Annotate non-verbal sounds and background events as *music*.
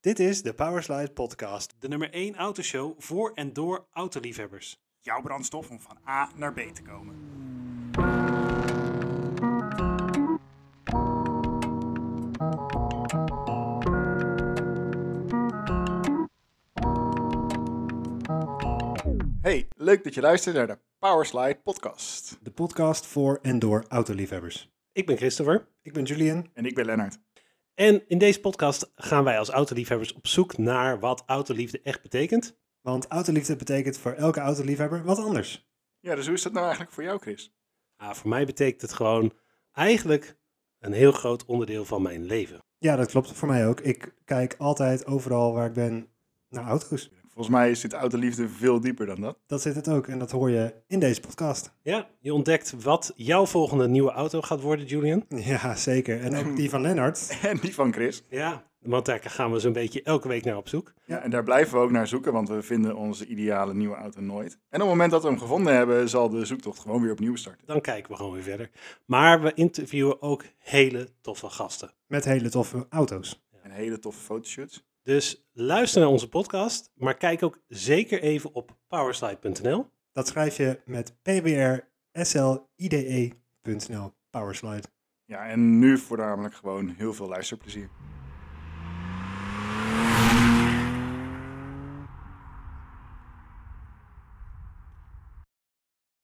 Dit is de Powerslide Podcast, de nummer 1 autoshow voor en door autoliefhebbers. jouw brandstof om van A naar B te komen. Hey, leuk dat je luistert naar de Powerslide podcast. De podcast voor en door autoliefhebbers. Ik ben Christopher Ik ben Julian. En ik ben Lennart. en in deze podcast gaan wij als autoliefhebbers op zoek naar wat autoliefde echt betekent. Want autoliefde betekent voor elke autoliefhebber wat anders. Ja, dus hoe is dat nou eigenlijk voor jou, Chris? Ah, voor mij betekent het gewoon eigenlijk een heel groot onderdeel van mijn leven. Ja, dat klopt voor mij ook. Ik kijk altijd overal waar ik ben naar auto's. Volgens mij zit autoliefde veel dieper dan dat. *laughs* Dat zit het ook en dat hoor je in deze podcast. *laughs* Ja, je ontdekt wat jouw volgende nieuwe auto gaat worden, Julian. Ja, zeker. En ook die van Lennart. En die van Chris. Ja, want daar gaan we zo'n beetje elke week naar op zoek. Ja, en daar blijven we ook naar zoeken, want we vinden onze ideale nieuwe auto nooit. En op het moment dat we hem gevonden hebben, zal de zoektocht gewoon weer opnieuw starten. Dan kijken we gewoon weer verder. Maar we interviewen ook hele toffe gasten. Met hele toffe auto's. En hele toffe fotoshoots. Dus luister naar onze podcast, maar kijk ook zeker even op powerslide.nl. Dat schrijf je met pbrslide.nl. Powerslide. Ja, en nu voornamelijk gewoon heel veel luisterplezier.